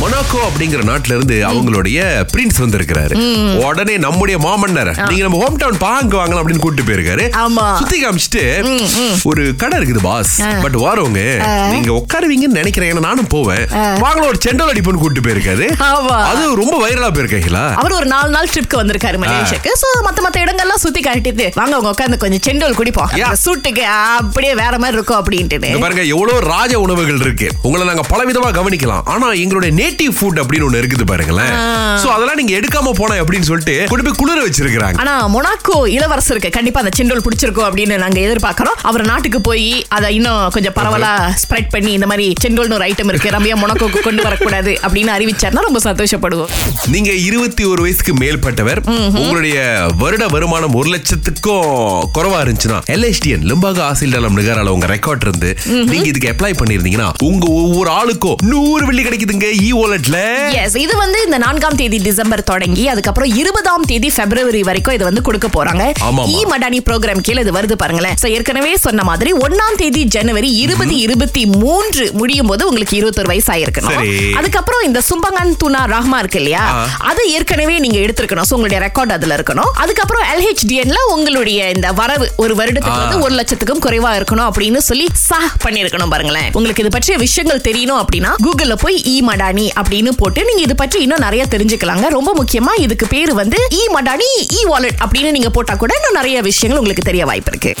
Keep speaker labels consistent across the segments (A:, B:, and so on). A: Monaco அப்படிங்கிற நாட்டுல இருந்து அவங்களுடைய பிரின்ஸ் வந்திருக்கிறாரு உடனே நம்முடைய மாமன்னர் நீங்க நம்ம ஹோம் டவுன் பாங்க வாங்கலாம் அப்படின்னு கூட்டிட்டு போயிருக்காரு
B: ஆமா.
A: சுத்தி காமிச்சிட்டு ஒரு கடை இருக்குது பாஸ் பட் வாரவங்க நீங்க உட்காருவீங்கன்னு நினைக்கிறேன் ஏன்னா நானும் போவேன் வாங்கலாம் ஒரு செண்டல் அடிப்புன்னு கூட்டிட்டு போயிருக்காரு
B: ஆமா.
A: அது ரொம்ப வைரலா போயிருக்கீங்களா
B: அவர் ஒரு நாலு நாள் ட்ரிப்க்கு வந்திருக்காரு மலேசியாக்கு சோ மத்த மத்த இடங்கள்லாம் சுத்தி காட்டிட்டு வாங்க உங்க உட்காந்து கொஞ்சம் செண்டோல் குடிப்போம்
A: Yeah.
B: அந்த சூட்டுக்கு அப்படியே வேற மாதிரி இருக்கும் அப்படின்ட்டு
A: இங்க பாருங்க எவ்வளவு ராஜ உணவுகள் இருக்கு உங்களை நாங்க பலவிதமா கவனிக்கலாம் ஆனா எங்களுடைய நேட்டிவ் ஃபுட் அப்படின்னு ஒண்ணு இருக்குது பாருங்களேன் சோ அதெல்லாம் நீங்க எடுக்காம போன அப்படின்னு சொல்லிட்டு கொண்டு போய் குளிர வச்சிருக்காங்க
B: ஆனா மொனாக்கோ இளவரசருக்கு கண்டிப்பா அந்த செண்டோல் பிடிச்சிருக்கும் அப்படின்னு நாங்க எதிர்பார்க்கறோம் அவர் நாட்டுக்கு போய் அதை இன்னும் கொஞ்சம் பரவலா ஸ்ப்ரெட் பண்ணி இந்த மாதிரி செண்டோல்னு ஒரு ஐட்டம் இருக்கு நம்ம ஏன் மொனாக்கோக்கு கொண்டு வரக்கூடாது அப்படின்னு அறிவிச்சாருன்னா ரொம்ப சந்தோஷப்படுவோம்
A: நீங்க இருபத்தி ஒரு வயசுக்கு மேற்பட்டவர் உங்களுடைய வருட வருமானம் ஒரு லட்சத்துக்கும் குறைவா இருந்துச்சுன்னா எல்எஸ்டிஎன் லிம்பாக ஆசில்டாலம் நிகரால உங்க ரெக்கார்ட் இருந்து நீங்க இதுக்கு அப்ளை பண்ணிருந்தீங்கன்னா உங்க ஒவ்வொரு ஆளுக்கும் நூறு வெள்ளி கிடைக்குதுங்க e இ வாலெட்ல
B: எஸ் இது வந்து இந்த நான்காம் தேதி டிசம்பர் தொடங்கி அதுக்கப்புறம் இருபதாம் தேதி பிப்ரவரி வரைக்கும் இது வந்து கொடுக்க போறாங்க
A: ஆமாமா.
B: இ மடானி ப்ரோக்ராம் கீழே இது வருது பாருங்களேன் சோ ஏற்கனவே சொன்ன மாதிரி ஒண்ணாம் தேதி ஜனவரி இருபது இருபத்தி மூன்று முடியும் போது உங்களுக்கு இருபத்தொரு வயசு ஆயிருக்கணும்
A: சரி.
B: அதுக்கப்புறம் இந்த சும்பங்கன் துனா ரஹ்மா இருக்கு இல்லையா
A: ஆ.
B: அது ஏற்கனவே நீங்க எடுத்திருக்கணும் சோ உங்களுடைய ரெக்கார்ட் அதுல இருக்கணும் அதுக்கப்புறம் எல்ஹெச்டிஎன்ல உங்களுடைய இந்த வரவு ஒரு வருடத்துக்கு வந்து ஒரு லட்சத்துக்கும் குறைவா இருக்கணும் அப்படின்னு சொல்லி சா பண்ணிருக்கணும் பாருங்களேன் உங்களுக்கு இது பற்றிய விஷயங்கள் தெரியணும் அப்படின்னா கூகுள்ல போய் இ மடானி அப்படின்னு போட்டு நீங்க இது பற்றி இன்னும் நிறைய தெரிஞ்சுக்கலாங்க ரொம்ப முக்கியமா இதுக்கு பேரு வந்து E இ மடானி இ வாலெட் அப்படின்னு நீங்க போட்டா கூட இன்னும் நிறைய விஷயங்கள் உங்களுக்கு தெரிய வாய்ப்பு இருக்கு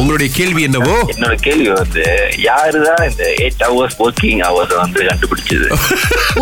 A: உங்களுடைய கேள்வி என்னவோ
C: என்னோட கேள்வி வந்து யாருதான் இந்த எயிட் ஹவர்ஸ் ஒர்க்கிங் ஹவர்ஸ் வந்து கண்டுபிடிச்சது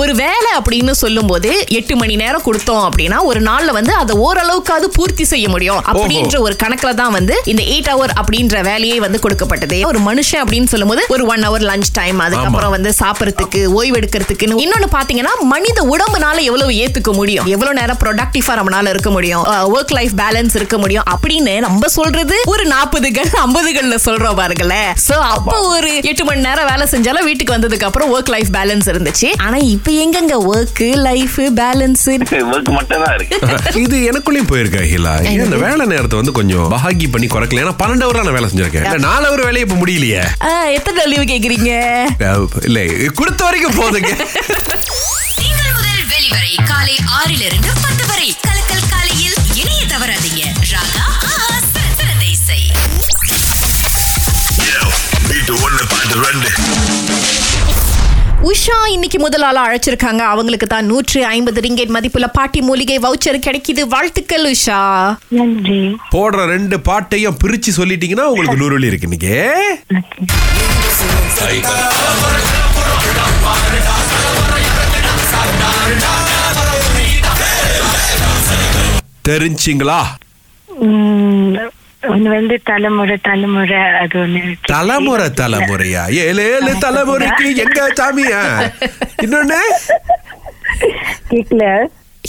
B: ஒரு வேலை அப்படின்னு சொல்லும்போது எட்டு மணி நேரம் கொடுத்தோம் அப்படின்னா ஒரு நாள்ல வந்து அதை ஓரளவுக்காவது பூர்த்தி செய்ய முடியும் அப்படின்ற ஒரு கணக்குல தான் வந்து இந்த எயிட் ஹவர் அப்படின்ற வேலையே வந்து கொடுக்கப்பட்டது ஒரு மனுஷன் அப்படின்னு சொல்லும்போது ஒரு ஒன் ஹவர் லஞ்ச் டைம் அதுக்கப்புறம் வந்து சாப்பிடறதுக்கு ஓய்வு எடுக்கிறதுக்குன்னு இன்னொன்னு பாத்தீங்கன்னா மனித உடம்புனால எவ்வளவு ஏத்துக்க முடியும் எவ்வளவு நேரம் ப்ரொடக்டிவா நம்மளால இருக்க முடியும் ஒர்க் லைஃப் பேலன்ஸ் இருக்க முடியும் அப்படின்னு நம்ம சொல்றது ஒரு நாற்பதுகள் ஐம்பதுகள்ல சொல்றோம் பாருங்களேன் சோ அப்போ ஒரு எட்டு மணி நேரம் வேலை செஞ்சாலும் வீட்டுக்கு வந்ததுக்கு அப்புறம் ஒர்க் லைஃப் பேலன்ஸ் இருந்துச்சு ஆனா இப்ப எங்கங்க ஒர்க் லைஃப் பேலன்ஸ்
C: ஒர்க் மட்டும் தான் இருக்கு
A: இது எனக்குள்ளயும் போயிருக்கா ஹிலா ஏன் இந்த வேலை நேரத்தை வந்து கொஞ்சம் பகாகி பண்ணி குறைக்கல ஏன்னா பன்னெண்டு hour நான் வேலை செஞ்சிருக்கேன் இல்ல, நாலு ஒரு வேலையை இப்ப முடியலையே
B: எத்தனை நாள் லீவு கேக்குறீங்க
A: அஹ், இல்ல கொடுத்த வரைக்கும் போதுங்க
D: திங்கள் முதல் வெளிவரை காலை ஆறிலிருந்து பத்து வரை கலக்கல் காலையில் இணைய தவறாதீங்க ராகா ஆஹா, சரதேசை.
E: வீட்டு ஒண்ணு பாட்டு ரெண்டு
B: உஷா இன்னைக்கு முதல் ஆளா அழைச்சிருக்காங்க அவங்களுக்கு தான் நூற்று ஐம்பது ரிங்கெட் மதிப்புள்ள பாட்டி மூலிகை வவுச்சர் கிடைக்குது வாழ்த்துக்கள் உஷா
F: நன்றி
A: போடுற ரெண்டு பாட்டையும் பிரிச்சு சொல்லிட்டீங்கன்னா உங்களுக்கு நூறு வழி இருக்கு இன்னைக்கு தெரிஞ்சிங்களா
F: உம், ஒண்ணு வந்து தலைமுறை தலைமுறை அது ஒண்ணு இருக்கு.
A: தலைமுறை தலைமுறையா ஏழு ஏழு தலைமுறைக்கு எங்க சாமியா இன்னொன்னு
F: கேக்கல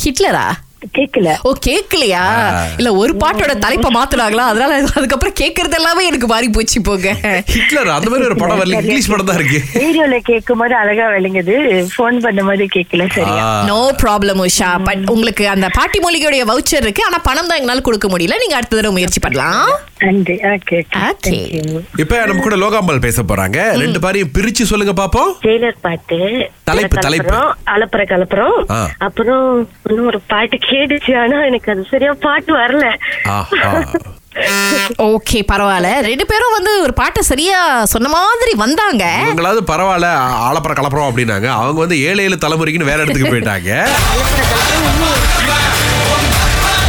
B: ஹிட்லரா
F: கேக்கல
B: ஓ கேக்கலையா இல்ல ஒரு பாட்டோட தலைப்பை மாத்துனாங்களா அதனால அதுக்கப்புறம் கேக்குறது எல்லாமே எனக்கு மாறி போச்சு போங்க
A: ஹிட்லர் அந்த மாதிரி ஒரு படம் வரல இங்கிலீஷ் படம் தான் இருக்கு
F: ரேடியோல கேட்கும் போது அழகா விளங்குது போன் பண்ணும் போது கேக்கல சரியா
B: நோ ப்ராப்ளம் உஷா பட் உங்களுக்கு அந்த பாட்டி மூலிகையுடைய வவுச்சர் இருக்கு ஆனா பணம் தான் எங்களால கொடுக்க முடியல நீங்க அடுத்த தடவை முயற்சி பண்ணலாம்
F: நன்றி ஓகே
B: Okay.
A: இப்ப நம்ம கூட லோகாம்பால் பேச போறாங்க ரெண்டு பாரையும் பிரிச்சு சொல்லுங்க பாப்போம்
F: ஜெயிலர் பாட்டு
A: தலைப்பு, தலைப்பு.
F: கலப்புறோம், அலப்புற கலப்புறோம்
A: ஆ.
F: அப்புறம் இன்னும் ஒரு பாட்டு கேடுச்சு ஆனா எனக்கு அது சரியா பாட்டு வரல
A: ஆஹா
B: ஓகே பரவாயில்ல ரெண்டு பேரும் வந்து ஒரு பாட்டை சரியா சொன்ன மாதிரி வந்தாங்க
A: இவங்களாவது பரவாயில்ல ஆளப்பற கலப்புறோம் அப்படின்னாங்க அவங்க வந்து ஏழு ஏழு தலைமுறைக்குன்னு வேற இடத்துக்கு போயிட்டாங்க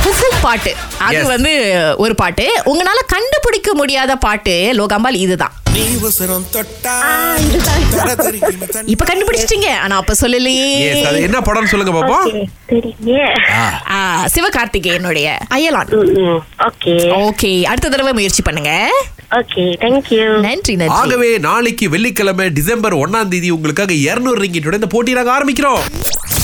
B: குசும் பாட்டு அது
A: Yes.
B: வந்து ஒரு பாட்டு உங்களால கண்டுபிடிக்க முடியாத பாட்டு லோகாம்பால் இதுதான்
G: நீ உசரம் தொட்டா தர தெரியும் தன்
B: இப்ப கண்டுபிடிச்சிட்டீங்க ஆனா அப்ப சொல்லலையே
A: Yes, அது என்ன படம்னு சொல்லுங்க பாப்போம்
F: சரிங்க
B: ஆ, சிவகார்த்திகேயனுடைய அயலான்
F: ஓகே
B: ஓகே அடுத்த தடவை முயற்சி பண்ணுங்க
F: ஓகே தேங்க்யூ
B: நன்றி நன்றி
A: ஆகவே நாளைக்கு வெள்ளிக்கிழமை டிசம்பர் ஒண்ணாம் தேதி உங்களுக்காக இருநூறு ரிங்கிட்டோட இந்த போட்டி நாங்க ஆரம்பிக்கிறோம்